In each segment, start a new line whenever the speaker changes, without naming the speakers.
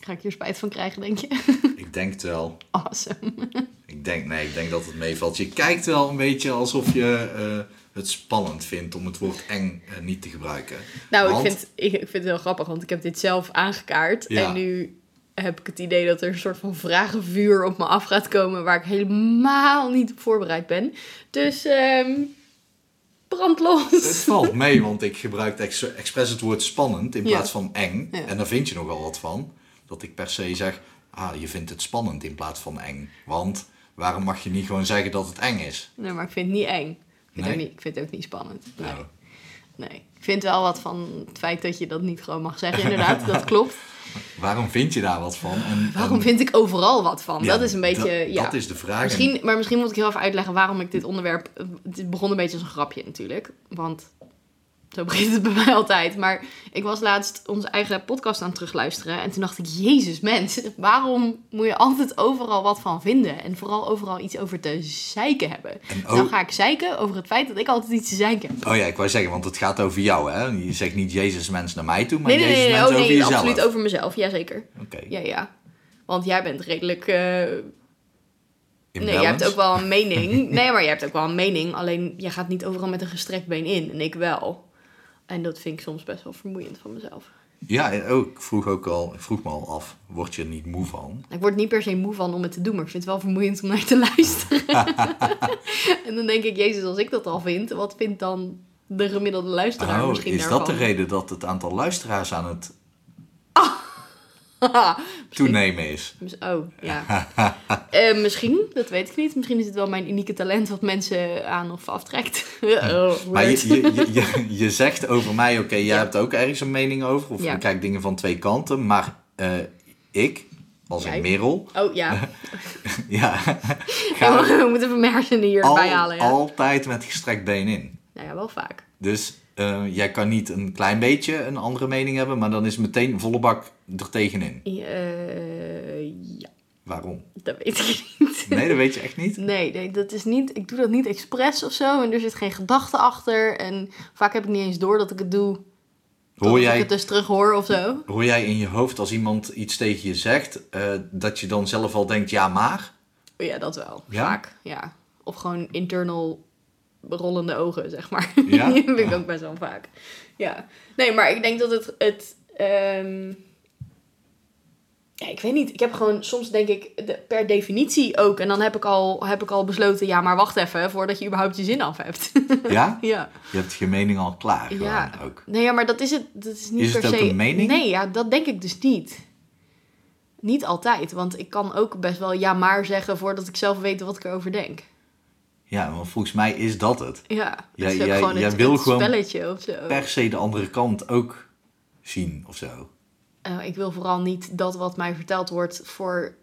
Ga ik hier spijt van krijgen, denk je?
Ik denk het wel.
Awesome.
Ik denk, nee, ik denk dat het meevalt. Je kijkt wel een beetje alsof je eh, het spannend vindt om het woord eng eh, niet te gebruiken.
Nou,
Want-
ik, vind, ik, ik vind het heel grappig, want ik heb dit zelf aangekaart.
Ja.
En nu heb ik het idee dat er een soort van vragenvuur op me af gaat komen... waar ik helemaal niet op voorbereid ben. Dus, ehm brand
Het
los.
valt mee, want ik gebruikte ex expres het woord spannend in
Ja.
plaats van eng.
Ja.
En daar vind je nogal wat van. Dat ik per se zeg, ah, je vindt het spannend in plaats van eng. Want waarom mag je niet gewoon zeggen dat het eng is?
Nee, maar ik vind het niet eng. Ik vind,
Nee?
het, ook niet, ik vind het ook niet spannend. Nee.
Nou,
nee. Ik vind wel wat van het feit dat je dat niet gewoon mag zeggen, inderdaad. dat klopt.
waarom vind je daar wat van? En,
Waarom
en-
vind ik overal wat van?
Ja,
dat is een beetje...
dat-
ja.
Dat is de vraag.
Misschien, maar misschien moet ik heel even uitleggen waarom ik dit onderwerp. Het begon een beetje als een grapje natuurlijk. Want zo begint het bij mij altijd. Maar ik was laatst onze eigen podcast aan het terugluisteren. En toen dacht ik, Jezus mens, waarom moet je altijd overal wat van vinden? En vooral overal iets over te zeiken hebben.
En
Dan
ook-
ga ik zeiken over het feit dat ik altijd iets te zeiken heb.
Oh ja, ik wou zeggen, want het gaat over jou, hè? Je zegt niet Jezus mens naar mij toe, maar
Nee, nee,
Jezus
nee, nee,
mens
oh,
over
nee
jezelf.
absoluut over mezelf. Jazeker.
Oké,
Ja, ja. Want jij bent redelijk eh,
in
Nee, jij hebt
balance.
ook wel een mening. Nee, maar jij hebt ook wel een mening. Alleen jij gaat niet overal met een gestrekt been in. En ik wel. En dat vind ik soms best wel vermoeiend van mezelf.
Ja, en ook, ik vroeg, ook al, ik vroeg me al af, word je er niet moe van?
Ik word niet per se moe van om het te doen, maar ik vind het wel vermoeiend om naar te luisteren. en dan denk ik, Jezus, als ik dat al vind, wat vindt dan de gemiddelde luisteraar
Oh,
misschien
is
daarvan?
dat de reden dat het aantal luisteraars aan het
Haha.
toenemen is?
Mis- Oh, ja. Eh, misschien, dat weet ik niet. Misschien is het wel mijn unieke talent wat mensen aan of aftrekt. Oh,
Maar
weird.
je, je, je, je, je zegt over mij, oké, jij
Ja.
hebt ook ergens een mening over, of
Ja.
je kijkt dingen van twee kanten, maar eh, ik, als
Jij.
een merel,
Oh ja,
ja,
Ja,
ga
we moeten even mijn hersenen
al-
hierbij halen. Ja.
altijd met gestrekt been in.
Nou ja, wel vaak.
Dus eh, jij kan niet een klein beetje een andere mening hebben, maar dan is meteen volle bak er tegenin.
Eh, ja,
Waarom?
dat weet ik niet.
Nee, dat weet je echt niet.
Nee, nee, dat is niet. Ik doe dat niet expres of zo. En er zit geen gedachte achter. En vaak heb ik niet eens door dat ik het doe. totdat
Hoor
ik het
jij,
dus terug hoor of zo.
hoor jij in je hoofd als iemand iets tegen je zegt, eh, dat je dan zelf al denkt, ja maar?
Ja, dat wel.
Ja?
Vaak, ja. Of gewoon internal rollende ogen, zeg maar.
Ja?
dat vind ik ook best wel vaak. Ja. Nee, maar ik denk dat het... het ehm, Ja, ik weet niet. Ik heb gewoon soms denk ik de- per definitie ook. En dan heb ik, al, heb ik al besloten, ja, maar wacht even voordat je überhaupt je zin af hebt.
Ja?
ja.
Je hebt je mening al klaar gewoon
Ja.
ook.
Nee, ja, maar dat is het. Dat is niet
Is het
per se.
ook een mening?
Nee, ja, dat denk ik dus niet. Niet altijd, want ik kan ook best wel ja maar zeggen voordat ik zelf weet wat ik erover denk.
Ja, want volgens mij is dat het.
Ja, dat
Ja,
is ook
jij-
gewoon
jij
het,
wil
het
gewoon
spelletje of zo.
Per se de andere kant ook zien of zo.
Eh, ik wil vooral niet dat wat mij verteld wordt voor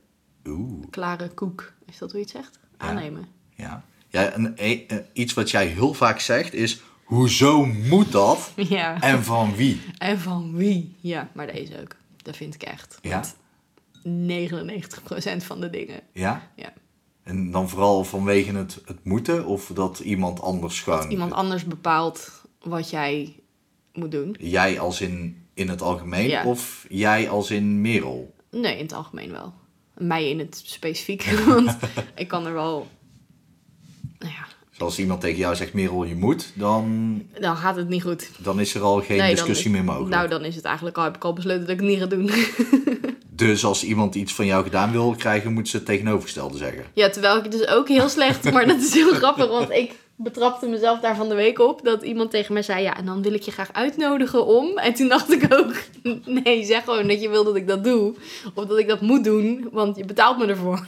Oeh,
klare koek. Is dat hoe je het zegt? Aannemen.
ja. ja en, e- eh, iets wat jij heel vaak zegt is, hoezo moet dat
Ja.
en van wie?
En van wie? Ja, maar deze ook. Dat vind ik echt.
Ja?
99% van de dingen.
Ja?
Ja.
En dan vooral vanwege het, het moeten of dat iemand anders gewoon...
Iemand anders bepaalt wat jij moet doen.
Jij als in, in het algemeen
Ja.
of jij als in Merel?
Nee, in het algemeen wel. Mij in het specifieke, want ik kan er wel... Nou ja,
Dus als iemand tegen jou zegt, Merel, je moet, dan,
dan gaat het niet goed.
dan is er al geen
Nee, dan
discussie
is-
meer mogelijk.
Nou, dan is het eigenlijk al, heb ik al besloten dat ik het niet ga doen.
Dus als iemand iets van jou gedaan wil krijgen, moet ze het tegenovergestelde zeggen.
ja, terwijl ik het dus ook heel slecht, maar dat is heel grappig, want ik betrapte mezelf daar van de week op dat iemand tegen mij zei, ja, en dan wil ik je graag uitnodigen om. En toen dacht ik ook, nee, zeg gewoon dat je wil dat ik dat doe, of dat ik dat moet doen, want je betaalt me ervoor.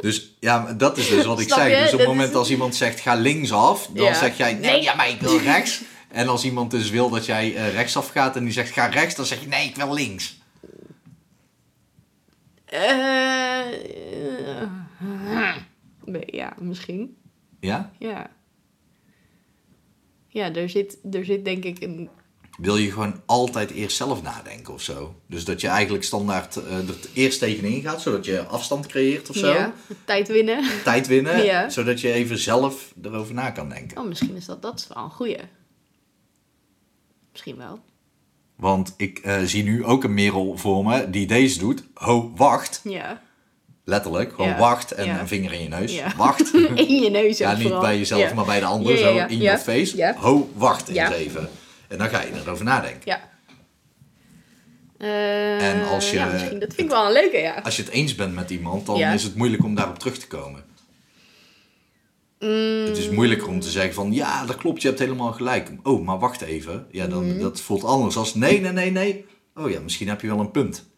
Dus ja, maar dat is dus wat ik
Snap
zei.
je?
Dus op
Dat
het
is-
moment als iemand zegt, ga linksaf, dan
Ja.
zeg jij, nee,
Nee.
ja, maar ik wil rechts. En als iemand dus wil dat jij eh, rechtsaf gaat en die zegt, ga rechts, dan zeg je, nee, ik wil links.
Eh, eh, nee, ja, misschien.
Ja?
Ja. Ja, er zit, er zit denk ik een.
Wil je gewoon altijd eerst zelf nadenken of zo? Dus dat je eigenlijk standaard eh, er eerst tegenin gaat, zodat je afstand creëert of zo.
Ja, tijd winnen.
Tijd winnen,
Ja.
zodat je even zelf erover na kan denken.
Oh, misschien is dat, dat is wel een goeie. Misschien wel.
Want ik eh, zie nu ook een Merel voor me die deze doet. Ho, wacht.
Ja.
Letterlijk. Gewoon
Ja.
wacht en
Ja.
een vinger in je neus.
Ja.
Wacht.
In je neus ook
Ja, niet
vooral.
bij jezelf,
Ja.
maar bij de ander.
Ja, ja, ja.
Zo in
Ja.
je face.
Ja.
Ho, wacht eens
Ja.
even. En dan ga je erover nadenken.
Ja. Eh,
En als je-
Ja, misschien. Dat vind ik wel een leuke, ja.
Als je het eens bent met iemand, dan
Ja.
is het moeilijk om daarop terug te komen.
Mm.
Het is moeilijker om te zeggen van, ja, dat klopt, je hebt helemaal gelijk. Oh, maar wacht even. Ja, dan,
Mm-hmm.
dat voelt anders als, nee, nee, nee, nee. Oh ja, misschien heb je wel een punt.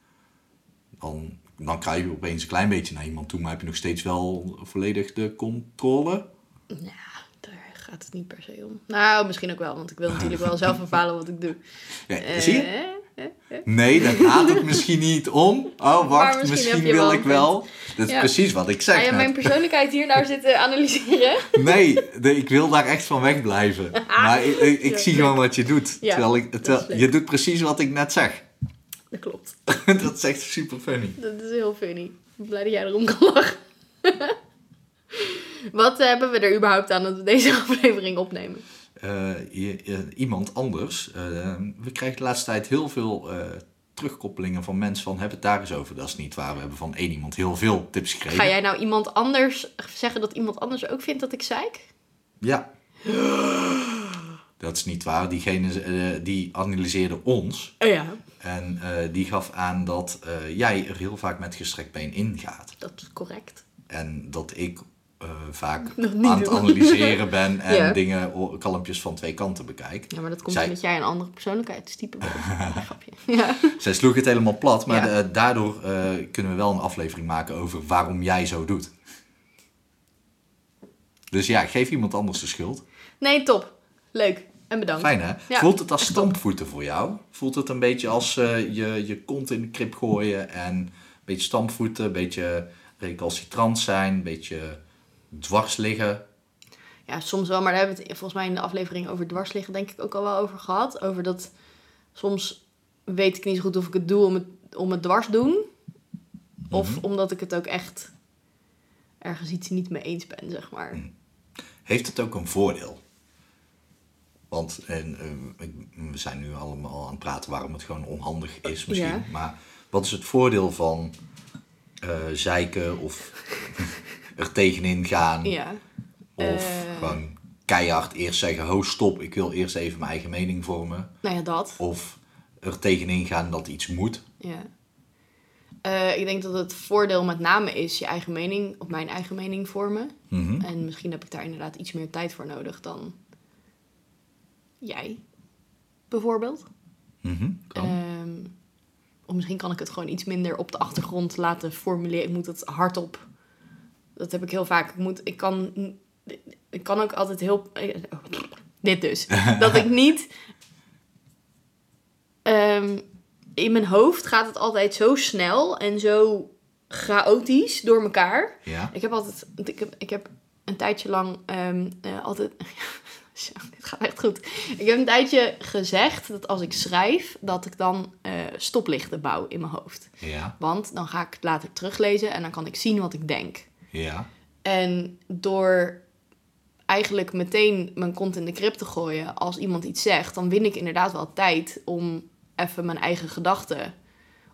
Dan, dan krijg je opeens een klein beetje naar iemand toe, maar heb je nog steeds wel volledig de controle?
Nou, daar gaat het niet per se om. Nou, misschien ook wel, want ik wil natuurlijk wel zelf bepalen wat ik doe.
Ja,
Eh,
zie je?
eh, eh.
Nee, daar gaat het misschien niet om. Oh, wacht,
misschien
misschien,
heb je
wil
wel een
ik wel. Dat is
Ah, Ja.
precies wat ik zeg.
Ga je
net.
mijn persoonlijkheid hier nou zitten analyseren?
Nee, de- ik wil daar echt van wegblijven. Maar ik, ik, ik
Ja,
zie gewoon wat je doet.
Ah. Ja,
terwijl ik,
dat
terwijl-
is leuk.
je doet precies wat ik net zeg.
Dat klopt.
dat is echt super funny.
Dat is heel funny. Ik ben blij dat jij erom kan lachen. Wat eh, hebben we er überhaupt aan dat we deze aflevering opnemen?
Eh, je- eh, iemand anders. eh, we krijgen de laatste tijd heel veel eh, terugkoppelingen van mensen van... heb het daar eens over. Dat is niet waar. We hebben van één iemand heel veel tips gekregen.
Ga jij nou iemand anders zeggen dat iemand anders ook vindt dat ik zeik?
Ja. Dat is niet waar. Diegene eh, die analyseerde ons.
ja.
En eh, die gaf aan dat eh, jij er heel vaak met gestrekt been ingaat.
Dat is correct.
En dat ik eh, vaak
Dat niet
aan het
doen.
analyseren ben en
Ja.
dingen, o- kalmpjes van twee kanten bekijk.
Ja, maar dat komt
Zij-
omdat jij een andere persoonlijkheidstype bent. Grapje. ja.
Zij sloeg het helemaal plat, maar
Ja.
eh, daardoor eh, kunnen we wel een aflevering maken over waarom jij zo doet. Dus ja, geef iemand anders de schuld.
Nee, top. Leuk. En bedankt.
Fijn hè?
Ja,
Voelt het als stampvoeten voor jou? Voelt het een beetje als eh, je je kont in de krip gooien en een beetje stampvoeten, een beetje recalcitrant zijn, een beetje dwars liggen?
Ja, soms wel, maar daar hebben we het volgens mij in de aflevering over dwarsliggen denk ik ook al wel over gehad. Over dat soms weet ik niet zo goed of ik het doe om het, om het dwars doen. Of
Mhm.
omdat ik het ook echt ergens iets niet mee eens ben, zeg maar.
heeft het ook een voordeel. Want en, eh, ik- we zijn nu allemaal aan het praten waarom het gewoon onhandig is misschien.
Ja.
Maar wat is het voordeel van eh, zeiken of er tegenin gaan?
Ja.
Of
Eh.
gewoon keihard eerst zeggen, ho stop, ik wil eerst even mijn eigen mening vormen.
Nou ja, dat.
Of er tegenin gaan dat iets moet.
Ja. Eh, ik denk dat het voordeel met name is je eigen mening, of mijn eigen mening vormen.
Mhm.
En misschien heb ik daar inderdaad iets meer tijd voor nodig dan jij, bijvoorbeeld.
Mhm, kan.
Ehm, of misschien kan ik het gewoon iets minder op de achtergrond laten formuleren. Ik moet het hardop. Dat heb ik heel vaak. Ik, moet, ik, kan, ik kan ook altijd heel. eh, Dit dus. Dat ik niet. ehm, in mijn hoofd gaat het altijd zo snel en zo chaotisch door elkaar.
ja.
Ik heb altijd, want ik heb, ik heb een tijdje lang ehm, eh, altijd. Zo, dit gaat echt goed. Ik heb een tijdje gezegd dat als ik schrijf, dat ik dan eh, stoplichten bouw in mijn hoofd.
ja,
Want dan ga ik het later teruglezen en dan kan ik zien wat ik denk.
ja,
En door eigenlijk meteen mijn kont in de krip te gooien als iemand iets zegt, dan win ik inderdaad wel tijd om even mijn eigen gedachten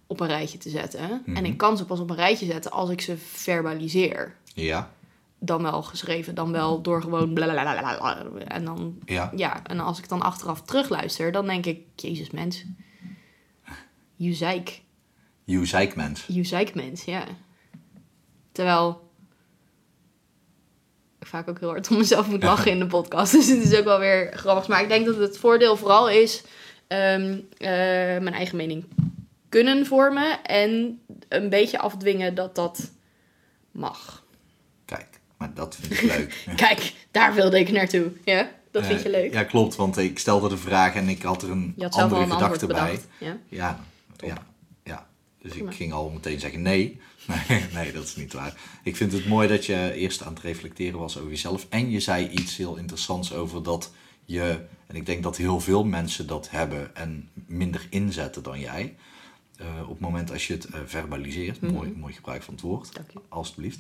op een rijtje te zetten. En ik kan ze pas op een rijtje zetten als ik ze verbaliseer
ja,
dan wel geschreven, dan wel door gewoon blablabla. En dan,
ja.
ja, en als ik dan achteraf terugluister, dan denk ik, jezus mens. You zeik.
You zeikmens.
You zeik mens, ja. Terwijl ik vaak ook heel hard om mezelf moet lachen in de podcast. Dus het is ook wel weer grappig. Maar ik denk dat het voordeel vooral is ehm, eh, mijn eigen mening kunnen vormen. En een beetje afdwingen dat dat mag.
Kijk, maar dat vind ik leuk.
Kijk, daar wilde ik naartoe. Ja, dat vind je
Eh,
leuk.
Ja, klopt, want ik stelde de vraag en ik had er een
je had zelf al
andere
een antwoord
gedachte bij.
bedacht. Ja.
Ja,
Top.
ja, ja. Dus ik
Prima.
ging al meteen zeggen nee. nee. Nee, dat is niet waar. Ik vind het mooi dat je eerst aan het reflecteren was over jezelf. En je zei iets heel interessants over dat je, en ik denk dat heel veel mensen dat hebben en minder inzetten dan jij. Eh, op het moment als je het eh, verbaliseert, mooi,
Mhm.
mooi gebruik van het woord,
Dank je.
alstublieft.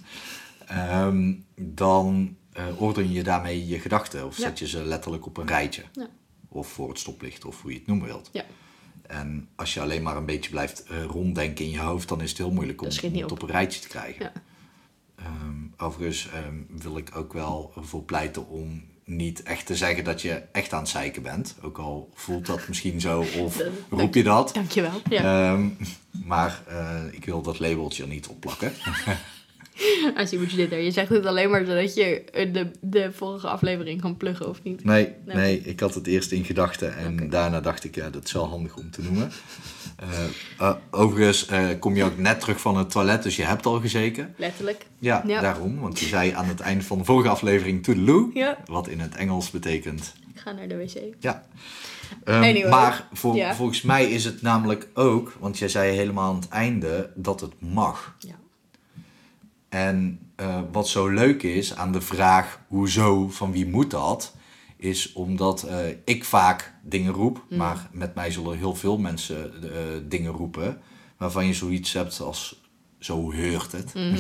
Ehm, dan eh orden je daarmee je gedachten of
Ja.
zet je ze letterlijk op een rijtje.
Ja.
Of voor het stoplicht of hoe je het noemen wilt.
Ja.
En als je alleen maar een beetje blijft eh, ronddenken in je hoofd, dan is het heel moeilijk om
Dat schiet
om
niet
het
op.
op een rijtje te krijgen.
Ja.
Ehm, overigens ehm, wil ik ook wel voor pleiten om niet echt te zeggen dat je echt aan het zeiken bent. Ook al voelt dat misschien zo of
Dat-
roep je dat.
Dankjewel. Ja.
Ehm, maar eh, ik wil dat labeltje er niet op plakken.
I see what you did there. Je zegt het alleen maar zodat je eh, de, de vorige aflevering kan pluggen of niet.
Nee,
Nee.
nee. ik had het eerst in gedachten en daarna dacht ik, ja, dat is wel handig om te noemen. Eh, eh, overigens eh, kom je ook net terug van het toilet, dus je hebt al gezeken.
Letterlijk.
Ja,
Ja.
daarom, want je zei aan het eind van de vorige aflevering toedeloe,
Ja.
wat in het Engels betekent
Ik ga naar de wc.
Ja. Ehm,
Anyway.
Maar vol-
Ja.
volgens mij is het namelijk ook, want jij zei helemaal aan het einde dat het mag.
Ja.
En eh, wat zo leuk is aan de vraag hoezo, van wie moet dat, is omdat eh, ik vaak dingen roep,
Mm.
maar met mij zullen heel veel mensen eh, dingen roepen, waarvan je zoiets hebt als zo heurt het.
Mhm.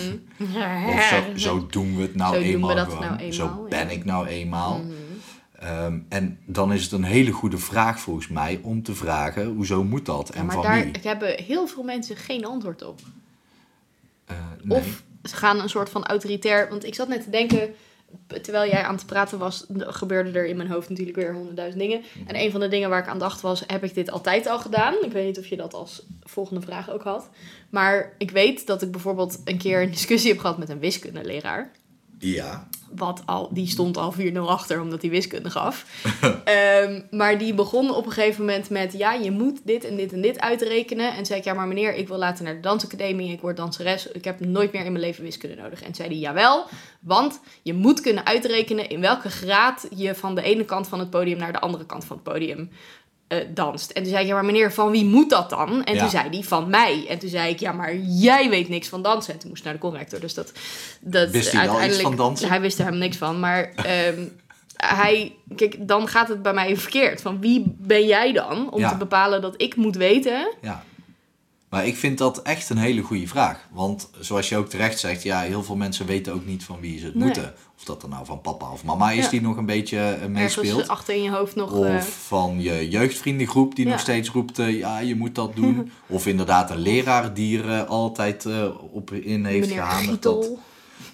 Of zo, zo doen we het nou
Zo doen we
eenmaal
dat
gewoon.
nou eenmaal,
zo
ja. Mm.
ben ik nou eenmaal.
Mhm.
Ehm, en dan is het een hele goede vraag volgens mij om te vragen hoezo moet dat en
Ja, maar
van
daar
wie.
hebben heel veel mensen geen antwoord op.
Eh, nee.
Of ze gaan een soort van autoritair. Want ik zat net te denken, terwijl jij aan het praten was, gebeurde er in mijn hoofd natuurlijk weer honderdduizend dingen. En een van de dingen waar ik aan dacht was: heb ik dit altijd al gedaan? Ik weet niet of je dat als volgende vraag ook had. Maar ik weet dat ik bijvoorbeeld een keer een discussie heb gehad met een wiskundeleraar.
Ja,
Wat al, die stond al 4-0 achter, omdat hij wiskunde gaf. Ehm, maar die begon op een gegeven moment met... ja, je moet dit en dit en dit uitrekenen. En zei ik, ja, maar meneer, ik wil later naar de dansacademie. Ik word danseres. Ik heb nooit meer in mijn leven wiskunde nodig. En zei hij, jawel, want je moet kunnen uitrekenen... in welke graad je van de ene kant van het podium... naar de andere kant van het podium eh, danst. En toen zei ik, ja, maar meneer, van wie moet dat dan? En
Ja.
toen zei hij, van mij. En toen zei ik, ja, maar jij weet niks van dansen. En toen moest ik naar de corrector. Dus dat... dat
Wist hij wel iets
uiteindelijk-
van dansen?
Hij wist er helemaal niks van, maar... ehm, hij, kijk, dan gaat het bij mij verkeerd. Van wie ben jij dan om
Ja.
te bepalen dat ik moet weten?
ja. Maar ik vind dat echt een hele goede vraag. Want zoals je ook terecht zegt, ja, heel veel mensen weten ook niet van wie ze het
Nee.
moeten. Of dat dan nou van papa of mama is
Ja.
die nog een beetje eh, meespeelt.
Ergens achter in je hoofd nog. eh,
Of van je jeugdvriendengroep die
Ja.
nog steeds roept, eh, ja, je moet dat doen. of inderdaad een leraar die er eh, altijd eh, op in heeft
meneer
gehamerd.
Gietel.
Dat,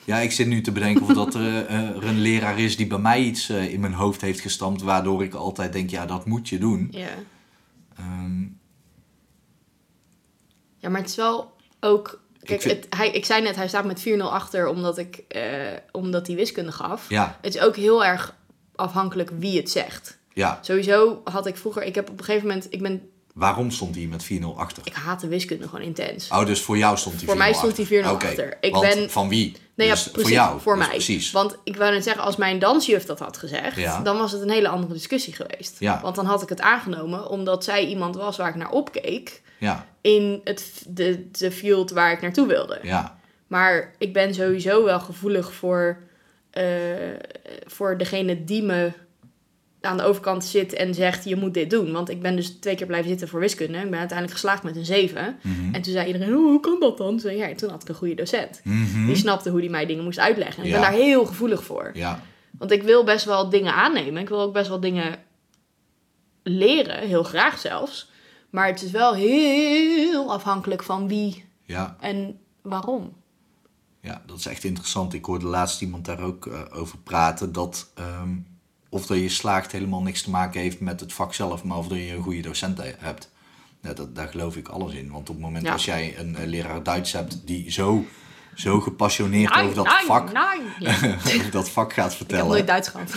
ja, ik zit nu te bedenken of dat er, eh, er een leraar is die bij mij iets eh, in mijn hoofd heeft gestampt, waardoor ik altijd denk, ja, dat moet je doen.
Ja.
Ehm,
ja, maar het is wel ook. Kijk,
Ik vind-
het, hij, ik zei net, hij staat met 4-0 achter omdat, ik, eh, omdat hij wiskunde gaf.
ja,
Het is ook heel erg afhankelijk wie het zegt.
ja.
Sowieso had ik vroeger, ik heb op een gegeven moment, ik ben,
Waarom stond hij met 4-0 achter?
ik haat de wiskunde gewoon intens.
Oh, dus voor jou stond hij 4-0
Voor mij stond hij 4-0
Oké,
achter. Ik
want
ben-
van wie?
Nee,
Dus
ja, precies,
voor jou.
Voor
Dus
mij.
Precies.
Want ik wou net zeggen, als mijn dansjuf dat had gezegd,
Ja.
dan was het een hele andere discussie geweest.
Ja.
Want dan had ik het aangenomen, omdat zij iemand was waar ik naar opkeek
Ja,
in het, f- de, de field waar ik naartoe wilde.
ja,
Maar ik ben sowieso wel gevoelig voor, eh, voor degene die me aan de overkant zit en zegt, je moet dit doen. Want ik ben dus twee keer blijven zitten voor wiskunde. Ik ben uiteindelijk geslaagd met een 7.
Mhm.
En toen zei iedereen, "Oh, hoe kan dat dan? Toen, zei ik, ja, toen had ik een goede docent.
Mhm.
Die snapte hoe hij mij dingen moest uitleggen. En ik
Ja.
ben daar heel gevoelig voor.
ja.
Want ik wil best wel dingen aannemen. Ik wil ook best wel dingen leren. Heel graag zelfs. Maar het is wel heel afhankelijk van wie
ja.
en waarom.
Ja, dat is echt interessant. Ik hoorde laatst iemand daar ook eh, over praten. Dat ehm, of dat je slaagt helemaal niks te maken heeft met het vak zelf, maar of dat je een goede docent he- hebt. Ja, dat, daar geloof ik alles in. Want op het moment
Ja.
als jij een eh, leraar Duits hebt die zo, zo gepassioneerd
Nee,
over dat
nee,
vak,
nee. Ja,
over dat vak gaat
ik heb
vertellen.
nooit Duits gehad.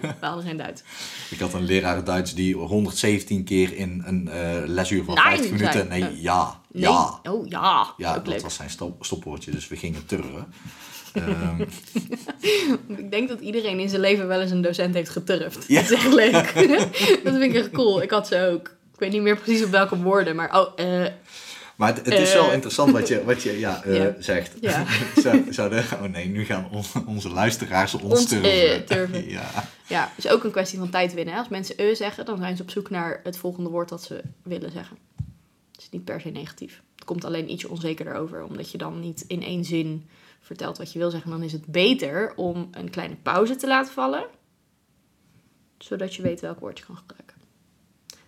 We hadden geen Duits.
Ik had een leraar Duits die 117 keer in een eh, lesuur van
Nee,
50 minuten.
zei-
Nee,
eh,
ja,
Nee.
ja.
Oh ja.
Ja,
ook
dat
leuk.
was zijn stop- stopwoordje, dus we gingen turren. Ehm,
Ik denk dat iedereen in zijn leven wel eens een docent heeft geturfd.
Ja.
Dat is echt leuk. dat vind ik echt cool. Ik had ze ook. Ik weet niet meer precies op welke woorden, maar oh, eh,
Maar het, het is wel
Eh.
interessant wat je, wat je ja, eh,
Ja.
zegt.
Ja.
Zou- Zouden, oh nee, nu gaan on- onze luisteraars ons,
Ons, eh,
turven.
turven.
Ja.
Ja, is ook een kwestie van tijd winnen. hè. Als mensen e zeggen, dan zijn ze op zoek naar het volgende woord dat ze willen zeggen. Het is niet per se negatief. Het komt alleen ietsje onzekerder over, omdat je dan niet in één zin vertelt wat je wil zeggen. Dan is het beter om een kleine pauze te laten vallen, zodat je weet welk woord je kan gebruiken.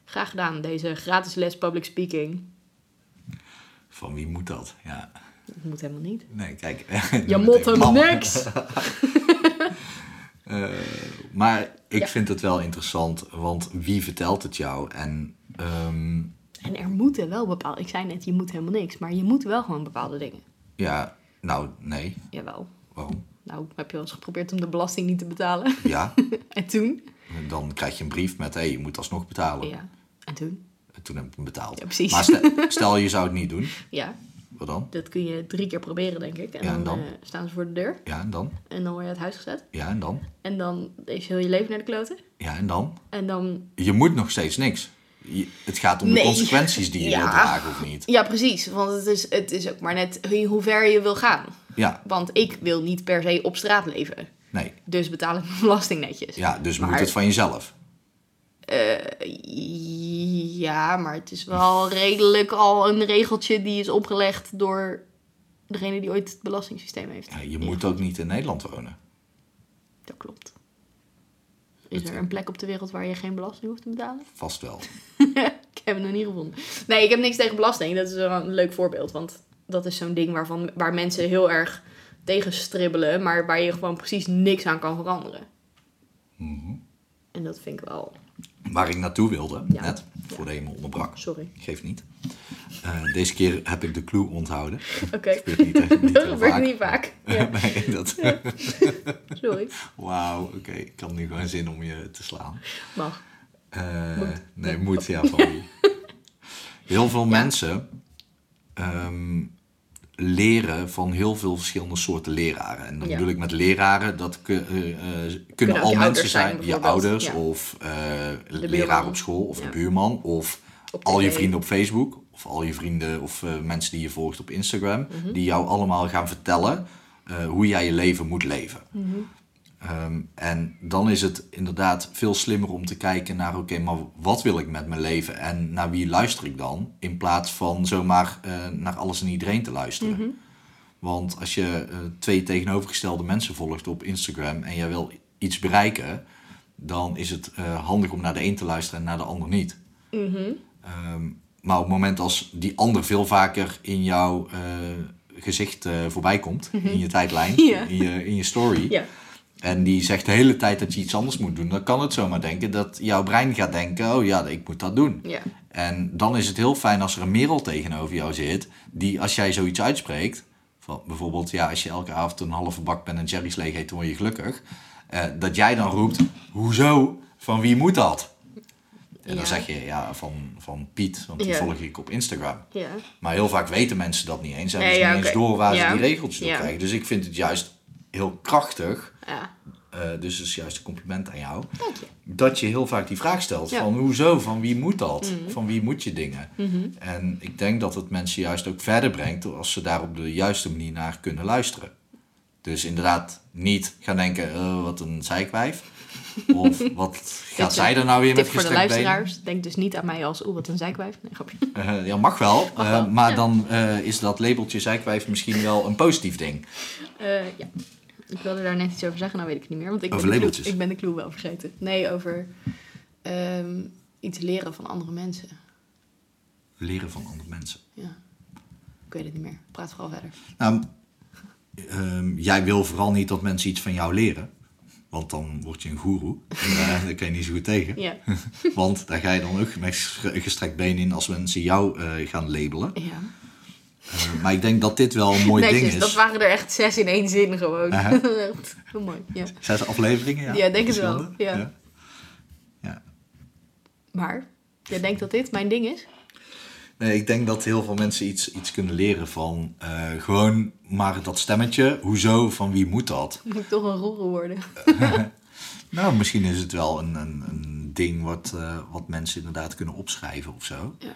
Graag gedaan, deze gratis les public speaking.
Van wie moet dat? Ja.
Dat moet helemaal niet.
Nee, kijk.
Je mot hem
Mama.
niks!
Eh, maar ik
Ja.
vind het wel interessant, want wie vertelt het jou? En ehm,
En er moeten wel bepaalde... Ik zei net, je moet helemaal niks. Maar je moet wel gewoon bepaalde dingen.
ja, nou, nee.
Jawel.
Waarom?
Nou, heb je wel eens geprobeerd om de belasting niet te betalen?
Ja,
en toen?
dan krijg je een brief met, hé, hey, je moet alsnog betalen.
Ja. En toen?
Toen heb ik hem betaald.
Ja, precies.
Maar stel, stel, je zou het niet doen.
Ja.
Wat dan?
Dat kun je drie keer proberen, denk ik. En
Ja, en
dan,
dan?
eh, staan ze voor de deur.
Ja, en dan?
En dan word je uit huis gezet.
Ja, en dan?
En dan is heel je leven naar de kloten.
Ja, en dan?
En dan...
Je moet nog steeds niks. Je- het gaat om de
Nee.
consequenties die je
Ja.
wilt dragen of niet.
Ja, precies. Want het is, het is ook maar net in hoever je wil gaan.
Ja,
Want ik wil niet per se op straat leven.
nee.
Dus betaal ik mijn belasting netjes.
Ja, dus
Maar-
moet het van jezelf.
Ja, maar het is wel redelijk al een regeltje die is opgelegd door degene die ooit het belastingssysteem heeft.
Ja, je moet ook niet in Nederland wonen.
Dat klopt. Is er een plek op de wereld waar je geen belasting hoeft te betalen?
Vast wel.
Ik heb het nog niet gevonden. Nee, ik heb niks tegen belasting. Dat is wel een leuk voorbeeld. Want dat is zo'n ding waarvan, waar mensen heel erg tegen stribbelen. Maar waar je gewoon precies niks aan kan veranderen. En dat vind ik wel...
Waar ik naartoe wilde,
Ja.
net, voordat je me onderbrak.
Sorry.
Geeft niet. Eh, deze keer heb ik de clue onthouden.
Oké.
Gebeurt niet, hè? Niet
Dat
heel
gebeurt
vaak.
niet vaak. Ja,
Nee, dat...
sorry.
Wauw, oké. Ik had nu gewoon zin om je te slaan.
Mag.
Eh, Nee, moet ja van wie. Heel veel mensen ehm, leren van heel veel verschillende soorten leraren. En dan
Ja.
bedoel ik met leraren, dat ku- eh, eh, kunnen
ook
al
je
mensen
ouders zijn,
zijn, je
bijvoorbeeld.
ouders
Ja.
of eh, leraar
buurman.
op school of
Ja.
de buurman of
Op
al je
tv.
vrienden op Facebook of al je vrienden of eh, mensen die je volgt op Instagram,
Mhm.
die jou allemaal gaan vertellen eh, hoe jij je leven moet leven.
Mhm.
Ehm, en dan is het inderdaad veel slimmer om te kijken naar, oké, maar wat wil ik met mijn leven en naar wie luister ik dan? In plaats van zomaar eh, naar alles en iedereen te luisteren.
Mhm.
Want als je eh, twee tegenovergestelde mensen volgt op Instagram en jij wil iets bereiken, dan is het eh, handig om naar de een te luisteren en naar de ander niet.
Mhm.
Ehm, maar op het moment als die ander veel vaker in jouw eh, gezicht eh, voorbij komt, in je tijdlijn,
Mhm. Ja.
in, je, in je story,
Ja.
en die zegt de hele tijd dat je iets anders moet doen, dan kan het zomaar denken dat jouw brein gaat denken: oh ja, ik moet dat doen.
Ja.
En dan is het heel fijn als er een merel tegenover jou zit, die als jij zoiets uitspreekt, van bijvoorbeeld ja, als je elke avond een halve bak Ben en Jerry's leeg eet, dan word je gelukkig, eh, dat jij dan roept, hoezo, van wie moet dat? En
Ja.
dan zeg je ja, van, van Piet, want die
Ja.
volg ik op Instagram.
Ja.
Maar heel vaak weten mensen dat niet eens en
Nee,
hebben
ja,
ze niet
oké.
eens door waar
Ja.
ze die regeltjes door
Ja.
krijgen. Dus ik vind het juist heel krachtig
Ja.
eh, dus dat is juist een compliment aan jou.
Dank je.
Dat je heel vaak die vraag stelt
Ja. Mhm.
van hoezo, van wie moet dat? Van wie moet je dingen? En ik denk dat het mensen juist ook verder brengt als ze daar op de juiste manier naar kunnen luisteren. Dus inderdaad niet gaan denken, eh, wat een zeikwijf. Of wat gaat zij er nou weer met
Tip voor de
gestrekt been?
luisteraars. Denk dus niet aan mij als, oeh, wat een zijkwijf. Nee, grapje.
Eh, ja, mag wel. eh,
wel,
maar
ja.
dan eh, is dat labeltje zeikwijf misschien wel een positief ding.
Eh, ja. Ik wilde daar net iets over zeggen, nou weet ik het niet meer. Want ik
Over
ben de
labeltjes.
clue- ik ben de clue wel vergeten. Nee, over ehm, iets leren van andere mensen.
Leren van andere mensen.
Ja. Ik weet het niet meer. Praat vooral verder.
Nou, ehm, jij wil vooral niet dat mensen iets van jou leren. Want dan word je een goeroe. En eh, daar kan je niet zo goed tegen.
Ja.
Want daar ga je dan ook met ges- gestrekt been in als mensen jou eh, gaan labelen.
ja.
Eh, maar ik denk dat dit wel een mooi ding
Netjes,
is.
dat waren er echt zes in één zin gewoon.
Aha.
Echt Heel mooi, ja.
Zes afleveringen? Ja,
Ja, denk het wel,
Verschillende?
ja.
ja. Ja.
Maar, jij denkt dat dit mijn ding is?
Nee, ik denk dat heel veel mensen iets, iets kunnen leren van eh, gewoon maar dat stemmetje. Hoezo, van wie moet dat?
Moet ik toch een roerer worden?
Nou, misschien is het wel een, een, een ding wat, eh, wat mensen inderdaad kunnen opschrijven of zo.
Ja.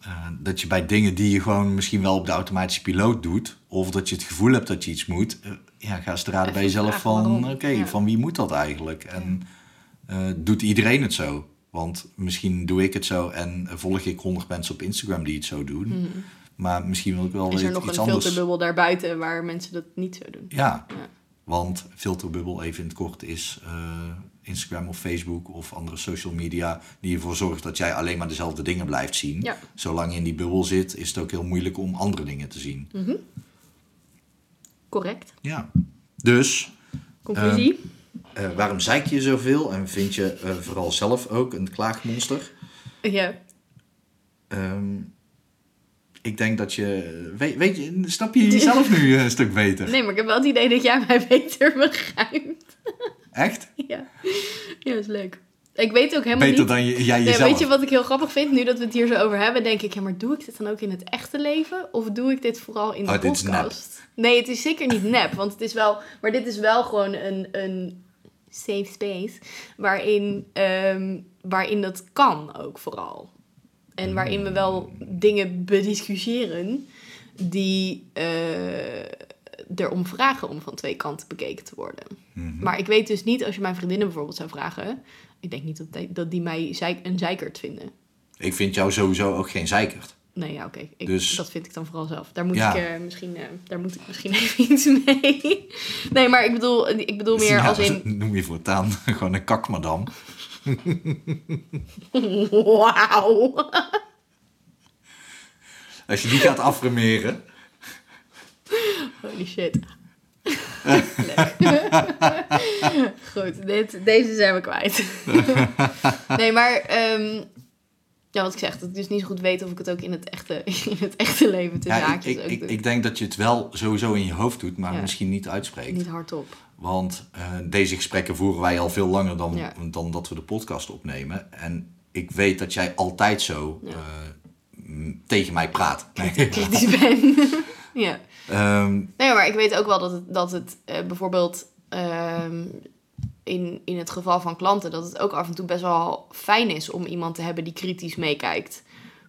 Eh, dat je bij dingen die je gewoon misschien wel op de automatische piloot doet, of dat je het gevoel hebt dat je iets moet, eh, ja, ga eens te raden bij
Even
jezelf
vragen
van,
waarom.
oké,
Ja.
van wie moet dat eigenlijk? En eh, doet iedereen het zo? Want misschien doe ik het zo en volg ik honderd mensen op Instagram die het zo doen. Maar misschien wil ik wel
Hmm. Is
weer
er nog
iets
een
anders.
filterbubbel daarbuiten waar mensen dat niet zo doen?
Ja.
Ja.
Want filterbubbel, even in het kort, is eh, Instagram of Facebook of andere social media die ervoor zorgt dat jij alleen maar dezelfde dingen blijft zien.
Ja.
Zolang je in die bubbel zit, is het ook heel moeilijk om andere dingen te zien.
Mhm. Correct.
Ja. Dus
Conclusie?
eh, waarom zeik je zoveel en vind je eh, vooral zelf ook een klaagmonster?
ja.
Ehm, ik denk dat je. eh, Weet, weet je, snap je jezelf nu eh, een stuk beter?
Nee, maar ik heb wel het idee dat jij mij beter begrijpt.
Echt?
Ja, ja is leuk. Ik weet ook helemaal
Beter
niet...
dan je, jij
Nee,
jezelf.
weet je wat ik heel grappig vind? Nu dat we het hier zo over hebben, denk ik... Ja, maar doe ik dit dan ook in het echte leven? Of doe ik dit vooral in de
Oh, dit is
podcast? Nee, het is zeker niet nep. Want het is wel... Maar dit is wel gewoon een, een safe space. Waarin, ehm, waarin dat kan ook vooral. En waarin we wel
Hmm.
dingen bediscussiëren... die eh, erom vragen om van twee kanten bekeken te worden.
Mhm.
Maar ik weet dus niet, als je mijn vriendinnen bijvoorbeeld zou vragen... Ik denk niet dat, die- dat die mij zeik- een zeikert vinden.
Ik vind jou sowieso ook geen zeikert.
Nee, ja, oké. Ik-
Dus-
Dat vind ik dan vooral zelf. Daar moet,
Ja.
ik, eh, misschien, eh, daar moet ik misschien even iets mee. Nee, maar ik bedoel, ik bedoel meer
Ja, dus
als in...
Noem je voortaan gewoon een kakmadam.
Wauw.
Als je die gaat afremeren.
Holy shit. Leuk. Goed, dit, deze zijn we kwijt. nee, maar ehm, ja, wat ik zeg, dat ik dus niet zo goed weet of ik het ook in het echte, in het echte leven te
Ja, ik,
zaakjes
ik,
ook
ik,
doe.
ik denk dat je het wel sowieso in je hoofd doet, maar
Ja.
misschien niet uitspreekt.
Niet hardop.
Want eh, deze gesprekken voeren wij al veel langer dan,
Ja.
dan dat we de podcast opnemen. En ik weet dat jij altijd zo
Ja.
eh, m, tegen mij praat. Ehm, Nee.
Kritisch ben. ja.
Ehm,
Nee, maar ik weet ook wel dat het, dat het eh, bijvoorbeeld ehm, in, in het geval van klanten, dat het ook af en toe best wel fijn is om iemand te hebben die kritisch meekijkt.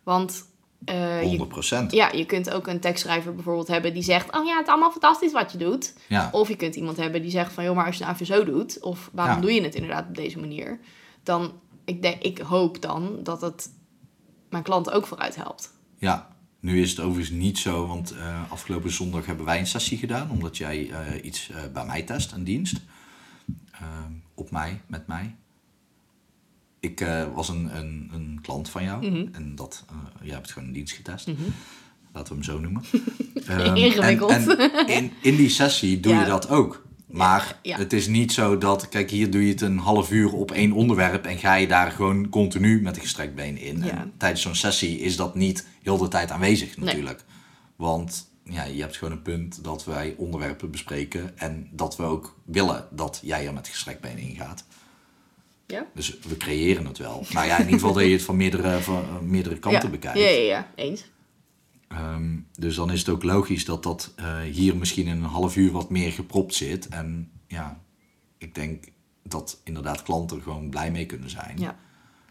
Want eh, je,
100 procent.
ja, je kunt ook een tekstschrijver bijvoorbeeld hebben die zegt: Oh ja, het is allemaal fantastisch wat je doet.
Ja.
Of je kunt iemand hebben die zegt: van joh, maar als je het nou even zo doet, of waarom
Ja.
doe je het inderdaad op deze manier? Dan, ik, denk, ik hoop dan dat het mijn klant ook vooruit helpt.
Ja, nu is het overigens niet zo, want eh, afgelopen zondag hebben wij een sessie gedaan, omdat jij eh, iets eh, bij mij test, een dienst. Ehm, op mij, met mij. Ik eh, was een, een, een klant van jou
Mhm.
en dat, eh, jij hebt gewoon een dienst getest. Laten we hem zo noemen. Ehm,
Ingewikkeld.
En, en in, in die sessie doe
Ja.
je dat ook. Maar
Ja.
het is niet zo dat, kijk, hier doe je het een half uur op één onderwerp en ga je daar gewoon continu met een gestrekt been in. En
Ja.
tijdens zo'n sessie is dat niet heel de tijd aanwezig natuurlijk. Want ja, je hebt gewoon een punt dat wij onderwerpen bespreken en dat we ook willen dat jij er met gestrekt been in gaat.
Ja?
Dus we creëren het wel. Nou ja, in ieder geval dat je het van meerdere, van, eh, meerdere kanten
ja.
bekijkt.
Ja, ja, ja, eens.
Ehm, dus dan is het ook logisch dat dat eh, hier misschien in een half uur wat meer gepropt zit. En ja, ik denk dat inderdaad klanten er gewoon blij mee kunnen zijn.
Ja.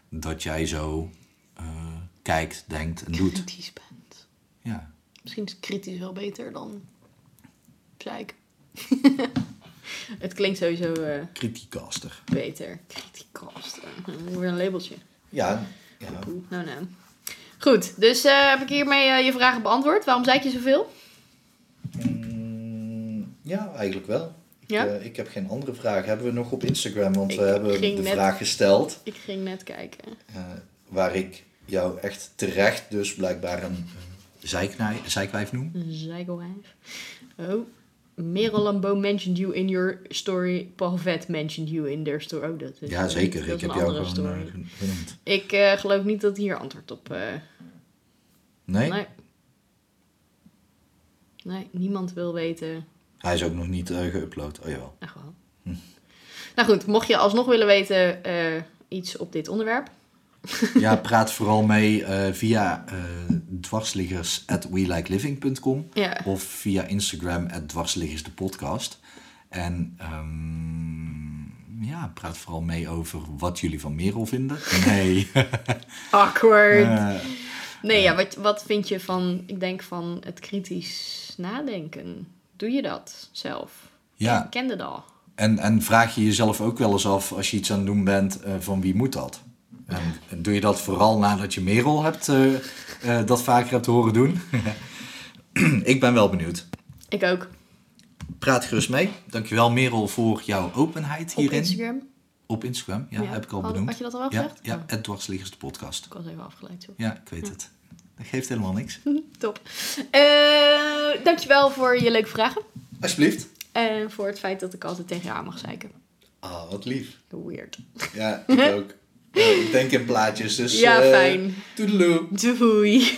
Dat jij zo eh, kijkt, denkt en doet.
Kritisch bent.
Ja.
Misschien is kritisch wel beter dan zeik. het klinkt sowieso eh,
Criticaster.
beter. Kritikast. Uh, weer een labeltje.
Ja, eh. ja.
Poeh, Nou, nou. Goed, dus eh, heb ik hiermee eh, je vragen beantwoord. Waarom zei ik je zoveel?
mm, ja eigenlijk wel.
Ja?
ik heb geen andere vraag. Hebben we nog op Instagram? Want
Ik we hebben ging de net- vraag
gesteld.
Ik ging net kijken.
Eh, waar ik jou echt terecht dus blijkbaar een zeiknij, zeikwijf noem.
Zeigelwijf. Oh. Merel Lambeau mentioned you in your story. Paul Vet mentioned you in their story. Oh, dat is
Ja, zeker.
dat
Ik
is
heb
een
jou
andere
gewoon
story.
eh, gen- genoemd.
Ik eh, geloof niet dat hier antwoord op... eh,
Nee?
Nee. Nee, niemand wil weten.
Hij is ook nog niet eh, geüpload. Oh jawel.
Echt wel. Nou goed, mocht je alsnog willen weten eh, iets op dit onderwerp.
Ja, praat vooral mee eh, via eh dwarsliggers at welikeliving.com
Ja.
of via Instagram at dwarsliggers de podcast. En ehm, ja, praat vooral mee over wat jullie van Merel vinden. Nee.
Awkward.
Eh,
nee, ja, wat, wat vind je van, ik denk van het kritisch nadenken? Doe je dat zelf?
ja,
Ik kende dat al.
En, en vraag je jezelf ook wel eens af, als je iets aan het doen bent, eh, van wie moet dat? En, en doe je dat vooral nadat je Merel hebt, eh, eh, dat vaker hebt horen doen? Ik ben wel benieuwd.
Ik ook.
praat gerust mee. Dankjewel Merel voor jouw openheid
Op
hierin.
Instagram.
Op Instagram, ja, heb ik al
Had-
benoemd.
Had je dat al wel
ja,
gezegd?
ja,
Oh,
het dwarsliggers de podcast.
ik was even afgeleid. sorry.
Ja, ik weet het. Dat geeft helemaal niks.
Top. Eh, dankjewel voor je leuke vragen.
Alsjeblieft.
En voor het feit dat ik altijd tegen je aan mag zeiken.
Ah, wat lief.
Weird.
Ja, ik ook. Ja, ik denk in plaatjes, dus...
Ja,
eh,
fijn.
Toedeloe.
Doei.